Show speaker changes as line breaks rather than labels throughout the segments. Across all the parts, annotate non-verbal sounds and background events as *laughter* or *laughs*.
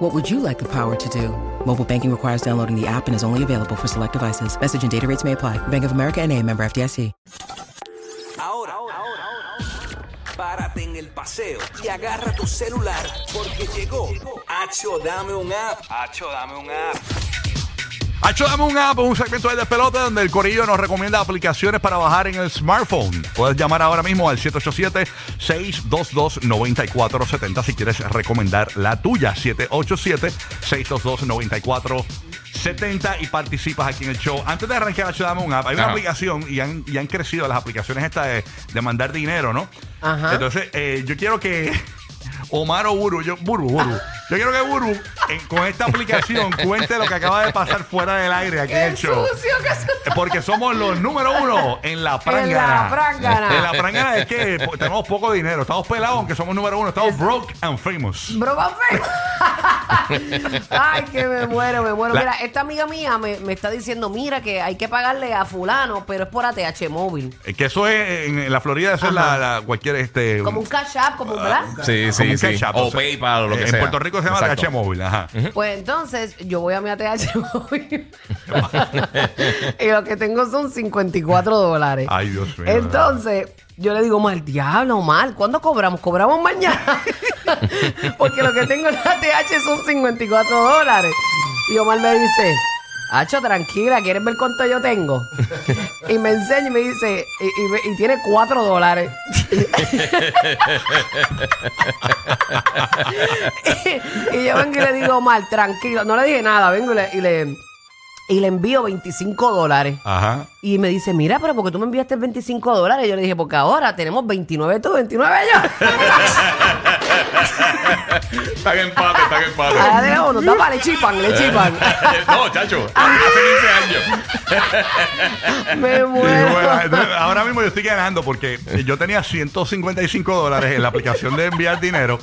What would you like the power to do? Mobile banking requires downloading the app and is only available for select devices. Message and data rates may apply. Bank of America and a member FDIC.
Ahora, ahora, ahora, ahora. párate en el paseo y agarra tu celular porque llegó. Hacho, dame un app. Hacho, dame un app.
Hacho, dame un app, un segmento de pelota donde el Corillo nos recomienda aplicaciones para bajar en el smartphone. Puedes llamar ahora mismo al 787-622-9470 si quieres recomendar la tuya. 787-622-9470 y participas aquí en el show. Antes de arrancar, Hacho, dame un app. Hay una
Ajá.
aplicación y han, y han crecido las aplicaciones estas de, de mandar dinero, ¿no?
Ajá.
Entonces, eh, yo quiero que. Omar o Buru, yo, Buru, Buru. Yo quiero que Buru, en- con esta aplicación, cuente lo que acaba de pasar fuera del aire aquí en el show. Porque somos los número uno en la prangana.
la prangana.
En la prangana es que po- tenemos poco dinero. Estamos pelados, aunque somos número uno. Estamos broke and famous.
Broma
*laughs*
fake. Ay, que me muero, me muero.
La-
Mira, esta amiga mía me, me está diciendo, mira, que hay que pagarle a fulano, pero es por ATH móvil.
Eh, Que eso es, en, en la Florida, eso es la, la- cualquier... este
Como un cash app, como Ah, un bla.
Sí,
como
sí,
un
sí.
catch-up,
O
sea,
PayPal o lo
eh,
que
en
sea.
Puerto Rico se llama
Exacto.
TH móvil, ajá.
Pues entonces yo voy a mi *laughs* ATH
*laughs*
móvil. y lo que tengo son 54 dólares.
Ay, Dios mío.
Entonces, yo le digo, mal diablo, mal, ¿cuándo cobramos? Cobramos mañana. *laughs* Porque lo que tengo en la TH son 54 dólares. Y Omar me dice, Hacho, tranquila, ¿quieres ver cuánto yo
*laughs*
tengo? Y me enseña y me dice, y, y me- y tiene 4 dólares.
*laughs*
*laughs* y, y yo vengo y le digo, Omar, tranquilo, no le dije nada, vengo y le, y le, y le envío 25 dólares.
Ajá.
Y me dice, mira, pero porque tú me enviaste 25 dólares. Yo le dije, porque ahora tenemos 29 tú, 29 yo.
Están en empate, están en
Ahora
empate.
tenemos uno, tapa, le chipan, le chipan.
*laughs*
no, *laughs* chacho. Hace 15 años.
me
Y bueno,
muero.
entonces, ahora mismo yo estoy ganando porque yo tenía 155 dólares en la aplicación de enviar dinero.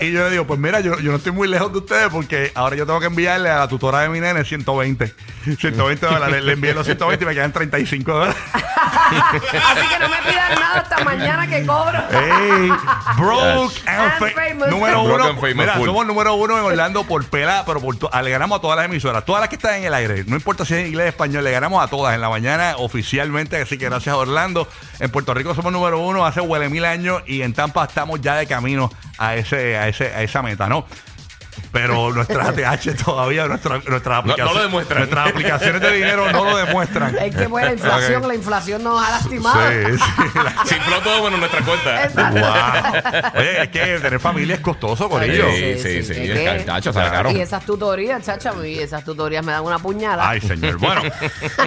Y yo le digo, pues mira, yo, yo no estoy muy lejos de ustedes porque ahora yo tengo que enviarle a la tutora de mi nene 120. 120 dólares. Le envié los 120 y me quedan 35 dólares.
Así que no me pidan nada hasta mañana que cobro.
Ey, broke
Yes.
and,
And
fa-
famous.
Número
Broke
uno.
and famous
Mira,
full.
somos número uno en Orlando por pela, pero por to- le ganamos a todas las emisoras. Todas las que están en el aire. No importa si es en inglés o español, le ganamos a todas en la mañana oficialmente. Así que gracias a Orlando. En Puerto Rico somos número uno hace huele mil años y en Tampa estamos ya de camino a ese, a ese, a esa meta, ¿no?
*laughs*
Pero nuestras ATH todavía, nuestra- nuestras
No- no lo
aplicaciones-
demuestran.
nuestras aplicaciones de dinero no lo demuestran.
Es que bueno, la inflación,
Ok.
la inflación nos ha lastimado.
Sí, sí, la-
Se infló todo menos nuestra cuenta.
Exacto.
Wow. Oye, es que tener familia es costoso, Corillo.
Ay,
Sí, sí,
sí,
sí.
sí.
El Chacho, está caro.
Y esas tutorías, chacha, y esas tutorías me dan una puñalada.
Ay, señor. Bueno,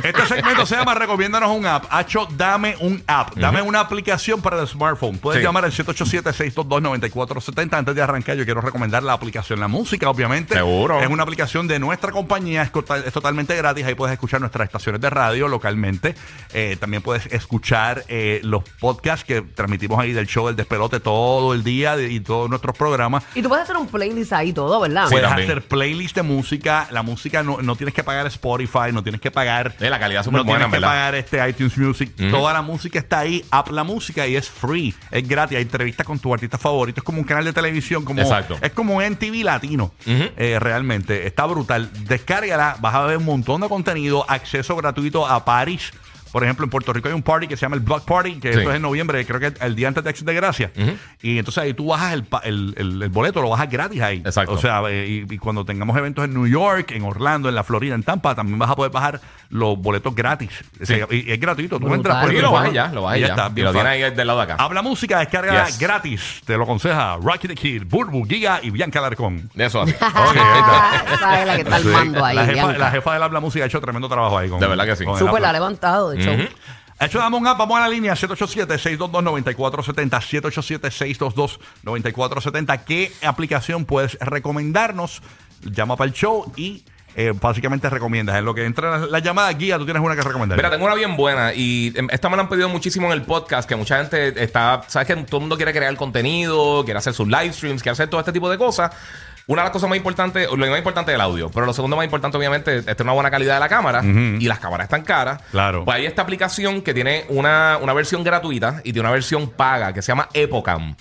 este segmento se llama Recomiéndanos un app. Hacho, dame un app. Dame una aplicación para el smartphone. Puedes
Sí.
llamar al 787-622-9470. Antes de arrancar, yo quiero recomendar la aplicación La Música, obviamente.
Seguro.
Es una aplicación de nuestra compañía. Es, total- es totalmente gratis. Ahí puedes escuchar nuestras estaciones de radio localmente. Eh, también puedes escuchar eh, los podcasts que transmitimos ahí del show del despelote todo el día de- y todos nuestros programas.
Y tú puedes hacer un playlist ahí todo, ¿verdad?
Sí.
Puedes
también.
hacer playlist de música. La música no, no tienes que pagar Spotify, no tienes que pagar.
Eh, la calidad súper
No tienes
buena, en
que
verdad.
pagar este iTunes Music. Toda la música está ahí. App la música y es free. Es gratis. Hay entrevistas con tu artista favorito. Es como un canal de televisión. Como,
Exacto.
Es como un NTV latino. eh, realmente. Está brutal. Descárgala. Vas a ver un montón de contenido. Acceso gratuito a París. Por ejemplo, en Puerto Rico hay un party que se llama el Block Party, que
Sí.
eso es en noviembre, creo que el día antes de Acción de Gracia. Y entonces ahí tú bajas el, pa- el- el- el boleto, lo bajas gratis ahí.
Exacto.
O sea, sea, eh, y, y cuando tengamos eventos en New York, en Orlando, en la Florida, en Tampa, también vas a poder bajar los boletos gratis. O sea, y, y es gratuito. Tú
Brutal.
entras
Sí,
el
lo
teléfono
bajas ya, lo bajas
y
ya.
está,
y
bien
lo tiene
fácil. Ah.
ahí del lado de acá.
Habla música, descarga
Yes.
gratis. Te lo aconseja Rocky the Kid, Burbu, Giga y Bianca Alarcón.
De
*laughs*
eso así.
Ok, ahí está.
Esa es la que está
Sí.
armando ahí.
la, jefa,
Bianca.
la jefa del Habla Música ha hecho tremendo trabajo ahí. Con,
De verdad que sí.
con el
Súper
Habla.
la ha levantado, de hecho.
Ha hecho damos un app, vamos a la línea 787-622-9470, 787-622-9470. ¿Qué aplicación puedes recomendarnos? Llama para el show y eh, básicamente recomiendas. En lo que entra la, la llamada guía, tú tienes una que recomendar.
Mira, tengo una bien buena y em, esta me la han pedido muchísimo en el podcast, que mucha gente está, sabes que todo el mundo quiere crear contenido, quiere hacer sus live streams, quiere hacer todo este tipo de cosas. Una de las cosas más importantes, lo más importante es el audio, pero lo segundo más importante obviamente es tener una buena calidad de la cámara y las cámaras están caras.
Claro.
Pues hay esta aplicación que tiene una, una versión gratuita y tiene una versión paga que se llama Epocam.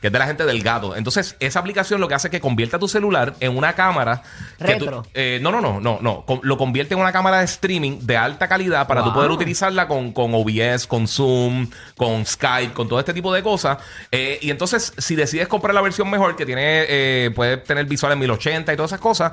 Que es de la gente del gato. Entonces, esa aplicación lo que hace es que convierta tu celular en una cámara. que tú-
Retro.
eh, no, no, no, no, no. Com- Lo convierte en una cámara de streaming de alta calidad para
Wow.
tú poder utilizarla con, con OBS, con Zoom, con Skype, con todo este tipo de cosas. Eh, y entonces, si decides comprar la versión mejor que tiene, eh, puede tener visual en 1080 y todas esas cosas,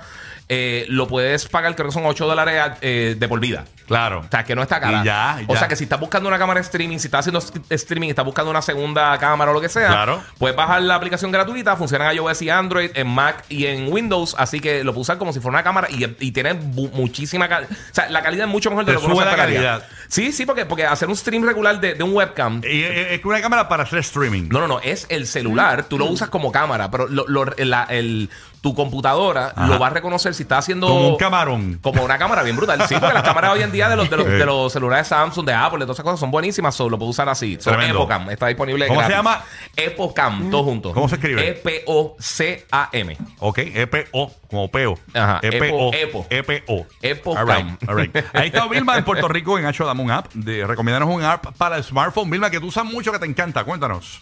eh, lo puedes pagar, creo que son 8 dólares eh, de por vida.
Claro.
O sea, que no está cara.
Y ya, y
O
ya.
sea, que si estás buscando una cámara de streaming, si estás haciendo st- streaming, y estás buscando una segunda cámara o lo que sea,
Claro.
puedes bajar la aplicación gratuita. Funciona en iOS y Android, en Mac y en Windows. Así que lo puedes usar como si fuera una cámara y, y tiene bu- muchísima calidad. O sea, la calidad es mucho mejor de
Te
lo que uno
sube la
esperaría.
calidad.
Sí, sí, porque, porque hacer un stream regular de, de un webcam.
Y, eh, es una cámara para hacer streaming.
No, no, no, es el celular, tú lo
Mm.
usas como cámara, pero lo- lo- la- el- tu computadora
Ajá.
lo va a reconocer si está haciendo...
Como un camarón. Eh.
Como una cámara bien brutal. Sí, porque las cámaras hoy en día de los, de los,
Sí.
de los celulares Samsung, de Apple, de todas esas cosas son buenísimas. Solo lo puedo usar así. Son
Tremendo.
Epocam. Está disponible.
¿Cómo se
gratis.
llama?
Mm.
Epocam, todo junto. E
¿Cómo se escribe?
E-P-O-C-A-M.
Ok, EPO, como E peo.
Ajá,
EPO.
Epo, Epo.
EPO.
Epo
All
Cam.
right, all
*laughs*
right. Ahí está Vilma en Puerto Rico en Hacho Dame un app. De, recomiéndanos un app para el smartphone. Vilma, que tú usas mucho, que te encanta. Cuéntanos.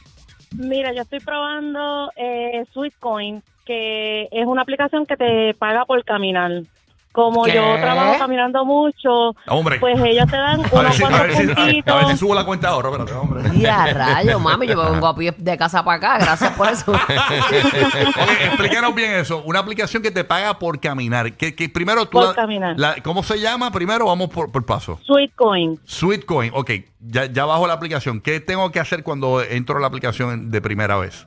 Mira, yo estoy probando eh, Sweetcoin, que es una aplicación que te paga por caminar. Como
¿Qué?
yo trabajo caminando mucho,
Hombre.
pues ellos te dan unos
a, ver si, a,
cuantos
ver si, a- a ver si
puntitos.
subo la cuenta de ahorro. Espérate, hombre.
Y a rayo, mami, yo me vengo a pie de casa para acá, gracias por eso.
Ok, explícanos bien eso. Una aplicación que te paga por caminar. Que, que primero tú
Por
la-
caminar.
la- ¿Cómo se llama? Primero vamos por, por paso.
Sweetcoin.
Sweetcoin. Ok, ya, ya bajo la aplicación. ¿Qué tengo que hacer cuando entro a la aplicación de primera vez?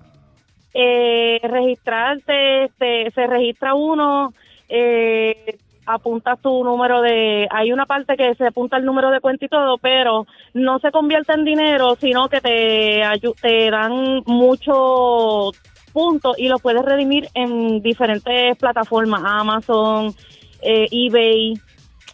Eh, registrarte, este, se registra uno, eh, apuntas tu número de... Hay una parte que se apunta el número de cuenta y todo, pero no se convierte en dinero, sino que te, ayu- te dan muchos puntos y los puedes redimir en diferentes plataformas, Amazon, eh, eBay.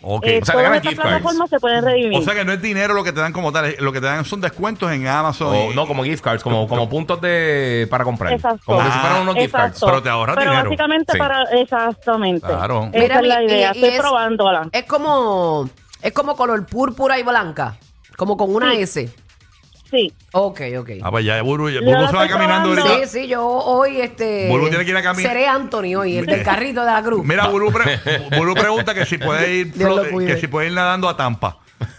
Ok.
Eh,
o sea, te
todas
ganan
estas
gift cards.
plataformas se pueden redimir.
O sea que no es dinero lo que te dan como tal, es- lo que te dan son descuentos en Amazon.
Oh,
O,
y-
no, como gift cards, como, como puntos de para comprar.
Exacto.
Como que si
Ah,
fueran unos gift cards.
Exacto.
pero te ahorras
Pero
dinero.
básicamente
Sí.
para... Exactamente.
Claro.
Esa
Mira,
es la
y- y-
idea.
y
Estoy
es-
probándola.
Es como, es como color púrpura y blanca, como con una
Sí.
S.
Sí.
Ok, ok.
Ah, pues ya, Burbu, ya-
Yo
Burbu
la
se va
estoy
caminando
probando.
ahorita.
Sí, sí, yo hoy este.
Vuelvo, tiene que ir a caminar.
Seré Anthony hoy, el del carrito de la cruz.
Mira, Burbu, pre-
*laughs*
Burbu pregunta que si puede ir,
Dios lo
flote-
cuide.
que si puede ir nadando a Tampa.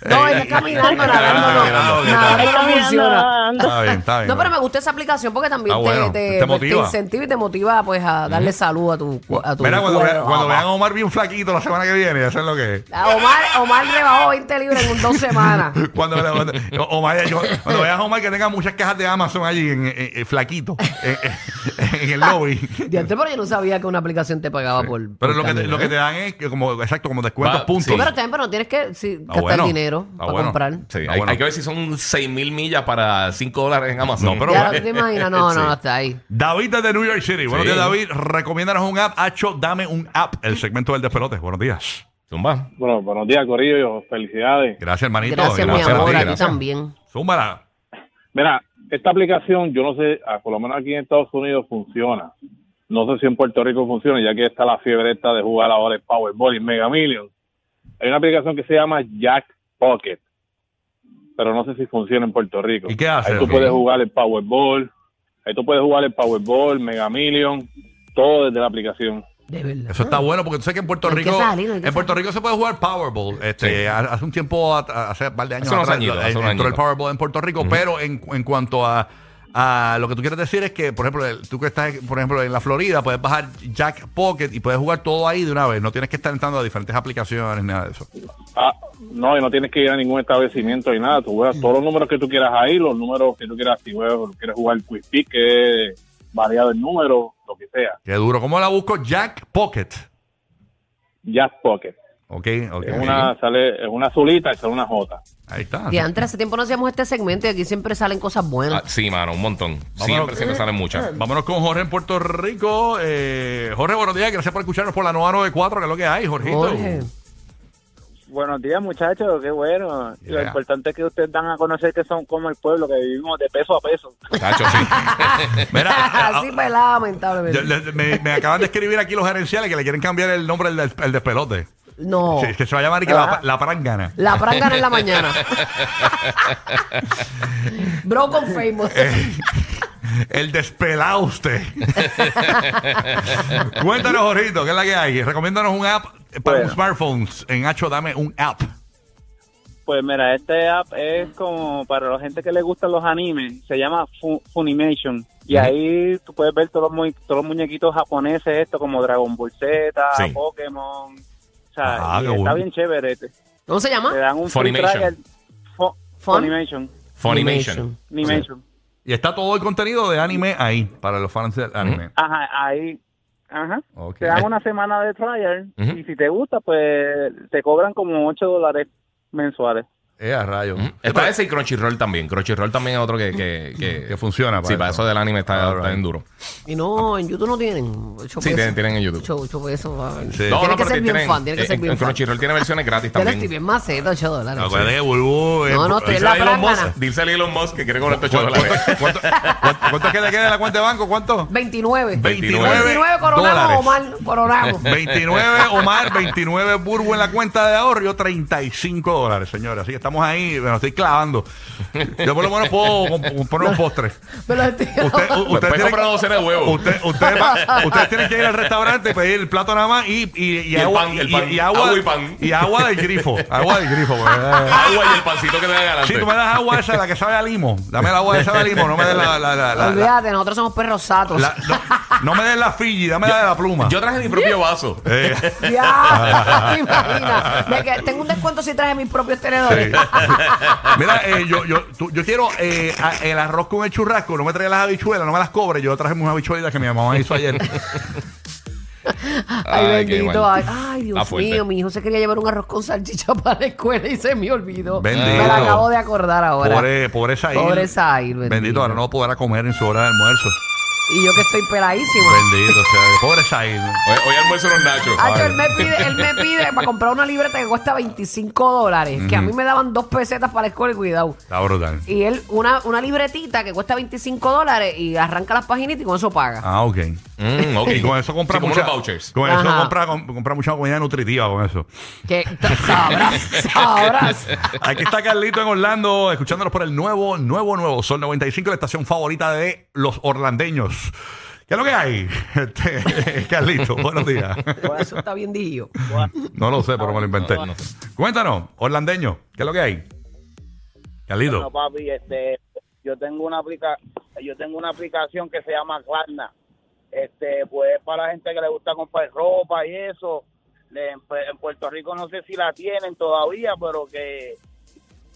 no,
Eh,
es que caminando,
ah,
nadando, no.
ah, ok,
Nadando
está
no
Caminando,
funciona.
nadando.
Está bien, está bien.
No, pero me gusta esa aplicación porque también
Ah,
te,
bueno,
te,
te
pues,
motiva.
incentiva y te motiva pues a darle salud a tu, cu- a tu
Mira, cuando, vea-
cuerpo.
cuando vean a Omar bien flaquito la semana que viene, ya saben lo que es.
Ah, Omar, Omar rebajó 20 libras en un dos semanas.
*laughs* Cuando, cuando- Omar, yo- cuando veas a Omar que tenga muchas cajas de Amazon allí en, en- en- flaquito, en, en- en el lobby.
Diantre, pero yo no sabía que una aplicación te pagaba por.
Pero
por
lo que, te,
caminar.
lo que te dan es que como, exacto, como descuentos
Va,
puntos.
Sí, pero también, pero no tienes que sí, gastar
Ah, bueno,
dinero
está
para
bueno.
comprar.
Ah,
Sí, hay,
bueno.
hay que ver si son 6 mil millas para 5 dólares en Amazon.
No, pero-
Ya no
*laughs*
te imaginas, no,
Sí.
no, no, está ahí.
David desde New York City. Buenos
Sí.
días, David. Recomiéndanos un app. Hacho, dame un app. El segmento del despelote. Buenos días.
Zumba.
Bueno, buenos días, Corillo. Felicidades.
Gracias, hermanito.
Gracias, mi
gracias a ti,
amor, a ti
gracias.
también.
Zúmbala.
Mira, esta aplicación, yo no sé, ah, por lo menos aquí en Estados Unidos funciona. No sé si en Puerto Rico funciona, ya que está la fiebre esta de jugar ahora el Powerball y Mega Millions. Hay una aplicación que se llama Jack Pocket, pero no sé si funciona en Puerto Rico.
¿Y qué hace?
Ahí tú
Ok.
puedes jugar el Powerball, ahí tú puedes jugar el Powerball, Mega Million, todo desde la aplicación.
De verdad.
Eso está bueno porque tú sabes que en Puerto
Ah. Hay que
Rico
salir, hay que
en Puerto Rico se puede jugar Powerball. Este,
Sí.
ha- hace un tiempo, at- hace un par de años
Hace unos
atrás,
añitos,
eh,
hace unos
entró el
añitos.
Powerball en Puerto Rico, pero en, en cuanto a, a lo que tú quieres decir es que, por ejemplo, el- tú que estás, por ejemplo, en la Florida, puedes bajar Jack Pocket y puedes jugar todo ahí de una vez. No tienes que estar entrando a diferentes aplicaciones ni nada de eso.
Ah, no, y no tienes que ir a ningún establecimiento ni nada. Tú juegas todos los números que tú quieras ahí, los números que tú quieras. Si juegas- quieres jugar quick pick, que es variado el número, lo que sea.
Qué duro. ¿Cómo la busco? Jack Pocket.
Jack Pocket.
Ok, ok.
Es una, sale, es una azulita y sale una jota.
Ahí está.
Y antes, hace tiempo no hacíamos este segmento y aquí siempre salen cosas
Ah,
buenas.
sí, mano, un montón. Siempre, siempre salen muchas.
Vámonos con Jorge en Puerto Rico. Eh, Jorge, buenos días. Gracias por escucharnos por la 994, que es lo que hay, Jorgito.
Jorge.
Buenos días, muchachos, qué bueno.
Yeah.
Lo importante es que ustedes dan a conocer que son como el pueblo, que vivimos de peso a peso.
Tacho,
*laughs*
sí.
*laughs* Ah,
Mira,
Así pelada, lamentablemente.
ah. yo- le- me, me acaban de escribir aquí los gerenciales que le quieren cambiar el nombre al des- al despelote.
Oh.
No.
Sí, que se va a llamar y que
Ah.
la, la prangana. *laughs*
La prangana en la
*laughs*
mañana. Bro con famous.
Eh, el despelado
*laughs*
usted. Cuéntanos, Jorito, ¿qué es la que hay? Recomiéndanos un app para
Bueno.
los smartphones. En Hacho, dame un app.
Pues mira, este app es como para la gente que le gustan los animes, se llama Fu- Funimation. Y ahí tú puedes ver todos los, mu- todos los muñequitos japoneses, esto como Dragon Ball Z,
Sí.
Pokémon. O sea,
Ah,
y
qué
está
bueno.
bien chévere. Te,
¿Cómo se
te
llama?
dan un free
Funimation.
trial. Fu-
Fun-
Funimation.
Funimation.
Funimation.
Y está todo el contenido de anime ahí, para los fans del anime.
Ajá, ahí. Ajá.
Ok.
Te dan una semana de trial
Ujú.
y si te gusta, pues te cobran como 8 dólares mensuales.
Eh, a rayos.
Ujú. Está ese y Crunchyroll también. Crunchyroll también es otro que, que, que-
Eh, Que funciona para
Sí, para
eso.
eso del anime está,
All
está bien
right.
duro.
Y no, en YouTube no tienen. Ocho
Sí,
pesos.
tienen, tienen en YouTube.
Ocho, ocho pesos. va a ver.
Sí.
Tiene
No, no,
que
pero
ser bien
tienen.
fan, tiene que
eh,
ser
en-
bien
en
fan.
Crunchyroll tiene versiones gratis
Yo le
también.
estoy bien maceta, 8 dólares.
Acuérdate que Bulbú. eh,
No, no, estoy en
¿cu-
la
Díselo a Elon
prangana.
Musk- díselo a Elon Musk que quiere cobrar estos 8
¿Cuánto,
dólares.
cuánto, cuánto- cuánto es que le queda en la cuenta de banco? ¿Cuánto?
29.
29
29 coronamos, Omar.
*laughs*
Coronamos.
29 Omar, 29 Burbu en la cuenta de ahorro, yo 35 dólares, señores. Así que estamos ahí, me lo estoy clavando. Yo por lo menos puedo com- poner un postre.
Me lo estoy-
uh, Pues
Usted, u- usted
Después
tiene
compra
que-
docenas de huevos.
Usted, usted va- ustedes tienen que ir al restaurante, pedir el plato nada más y, y, y
el
agua,
pan, el pan.
y- y agua,
Agua y pan.
y agua del grifo. Agua del grifo. porque-
Agua y el pancito que te da
Si tú me
adelante.
das agua esa, la que sabe a limo, dame el agua esa de limo, no me des la, la, la, la- la-
Olvídate, nosotros somos perros satos.
la- no, no me des la Fiji, dame la de la pluma.
Yo traje mi propio vaso.
Eh,
Ya,
*laughs*
*laughs* te imaginas. Me que- tengo un descuento si traje mis propios
sí.
tenedores. *laughs*
Mira, eh, yo, yo, tú- yo quiero eh, a- el arroz con el churrasco, no me traigas las habichuelas, no me las cobres, yo traje unas habichuelas que mi mamá hizo ayer.
Ay,
Ay, qué
bendito.
bueno.
Ay, ay,
Está
Dios
fuerte.
mío, mi hijo se quería llevar un arroz con salchicha *laughs* para la escuela y se me olvidó.
Bendito. e-
Me la acabo de acordar ahora.
Pobre, pobre Zahir.
Pobre Zahir, bendito.
Bendito, ahora no podrá comer en su hora de almuerzo.
Y yo que estoy peladísima.
Bendito sea. Dios. Pobre Zahir.
Hoy, hoy almuerzo unos nachos.
Ah,
Hacho, él me pide, él me pide para comprar una libreta que cuesta 25 dólares, que a mí me daban dos pesetas para la escuela y cuidado.
Está brutal.
Y él, una, una libretita que cuesta 25 dólares y arranca las paginitas y con eso paga.
Ah, ok.
Mm, ok.
Y con eso compra
Sí, como
mucha,
unos vouchers.
Con eso
Ajá.
compra, com- compra mucha comida nutritiva con eso.
Que t- sabrás, sabrás.
Aquí está Carlito en Orlando, escuchándonos por el nuevo, nuevo, nuevo Sol 95, la estación favorita de los orlandeños. ¿Qué es lo que hay? Este, *laughs* Carlito, buenos días.
Eso está bien dicho.
No lo sé, pero me lo inventé.
No
Cuéntanos, orlandeño, ¿qué es lo que hay?
No,
Carlito.
pues,
papi, este, yo tengo una aplica, yo tengo una aplicación que se llama Klarna. Este, pues para la gente que le gusta comprar ropa y eso. Le- en, Pu- en Puerto Rico no sé si la tienen todavía, pero que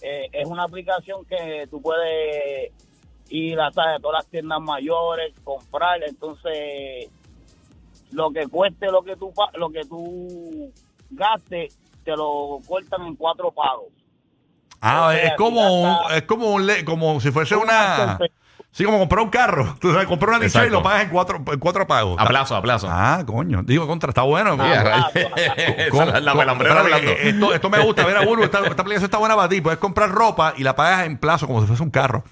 eh, es una aplicación que tú puedes ir hasta de todas las tiendas mayores, comprar, entonces lo que cueste lo que tú pa- lo que tú gastes te lo cortan en cuatro pagos.
Ah, es como, un- es como, un le- como si fuese una... Sí, como comprar un carro. Tú sabes, comprar una dicha y
Exacto.
lo pagas en cuatro, en cuatro pagos.
A plazo, a plazo.
Ah, coño. Digo, contra, está bueno.
Yeah,
Mira.
right. *laughs* Esa es la
Con-
pelambrera
Ah, espérate,
hablando.
eh, Esto, esto me gusta. Mira, Burbu, esta, esta aplicación está buena para ti. Puedes comprar ropa y la pagas en plazo como si fuese un carro.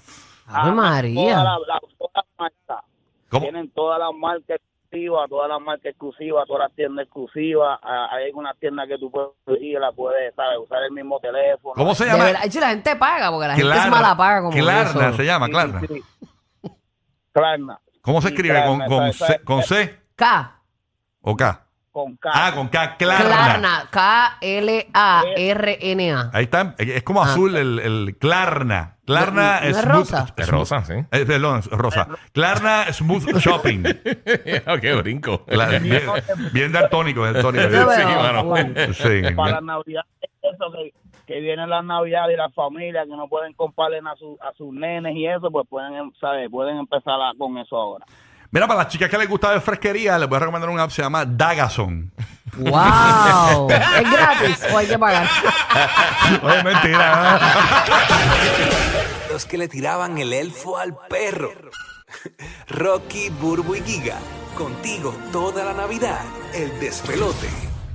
Ah,
Ave
Todas
María.
las la, todas las marcas.
¿Cómo?
Tienen todas las marcas exclusivas, todas las marcas exclusivas, todas las tiendas exclusivas. Ah, Hay algunas tiendas que tú puedes ir, la puedes ¿sabes? usar el mismo teléfono.
¿Cómo se
De
llama?
verdad, hecho, la gente paga porque la gente es
Klarna.
mala paga como
Klarna
eso.
se llama,
Sí,
Klarna.
sí. Klarna,
¿Cómo se
Sí,
escribe?
Klarna,
¿Con, con,
esa-
C,
esa-
con C
K.
o K?
con K.
Ah, con K, Klarna.
Klarna. K-L-A-R-N-A.
Ahí está. Es como azul el, el Klarna. Klarna
No, no es
Smooth-
rosa.
Es
Smooth-
rosa, sí.
eh, perdón, es rosa. Klarna Smooth
*laughs*
Shopping.
Qué brinco.
Cla- bien, bien daltónico, daltónico.
Yo
Sí,
veo,
mano.
bueno.
Sí.
Para las navidades, eso que, que vienen las navidades y las familias que no pueden comprarle a, su- a sus nenes y eso, pues pueden, em- ¿sabes? pueden empezar a- con eso ahora.
Mira, para las chicas que les gusta de fresquería, les voy a recomendar un app se llama Dagason. *laughs*
¡Wow! ¿Es gratis o hay que pagar?
Oye, mentira. ¿eh?
Los que le tiraban el elfo al perro. Rocky, Burbu y Giga. Contigo toda la Navidad. El despelote.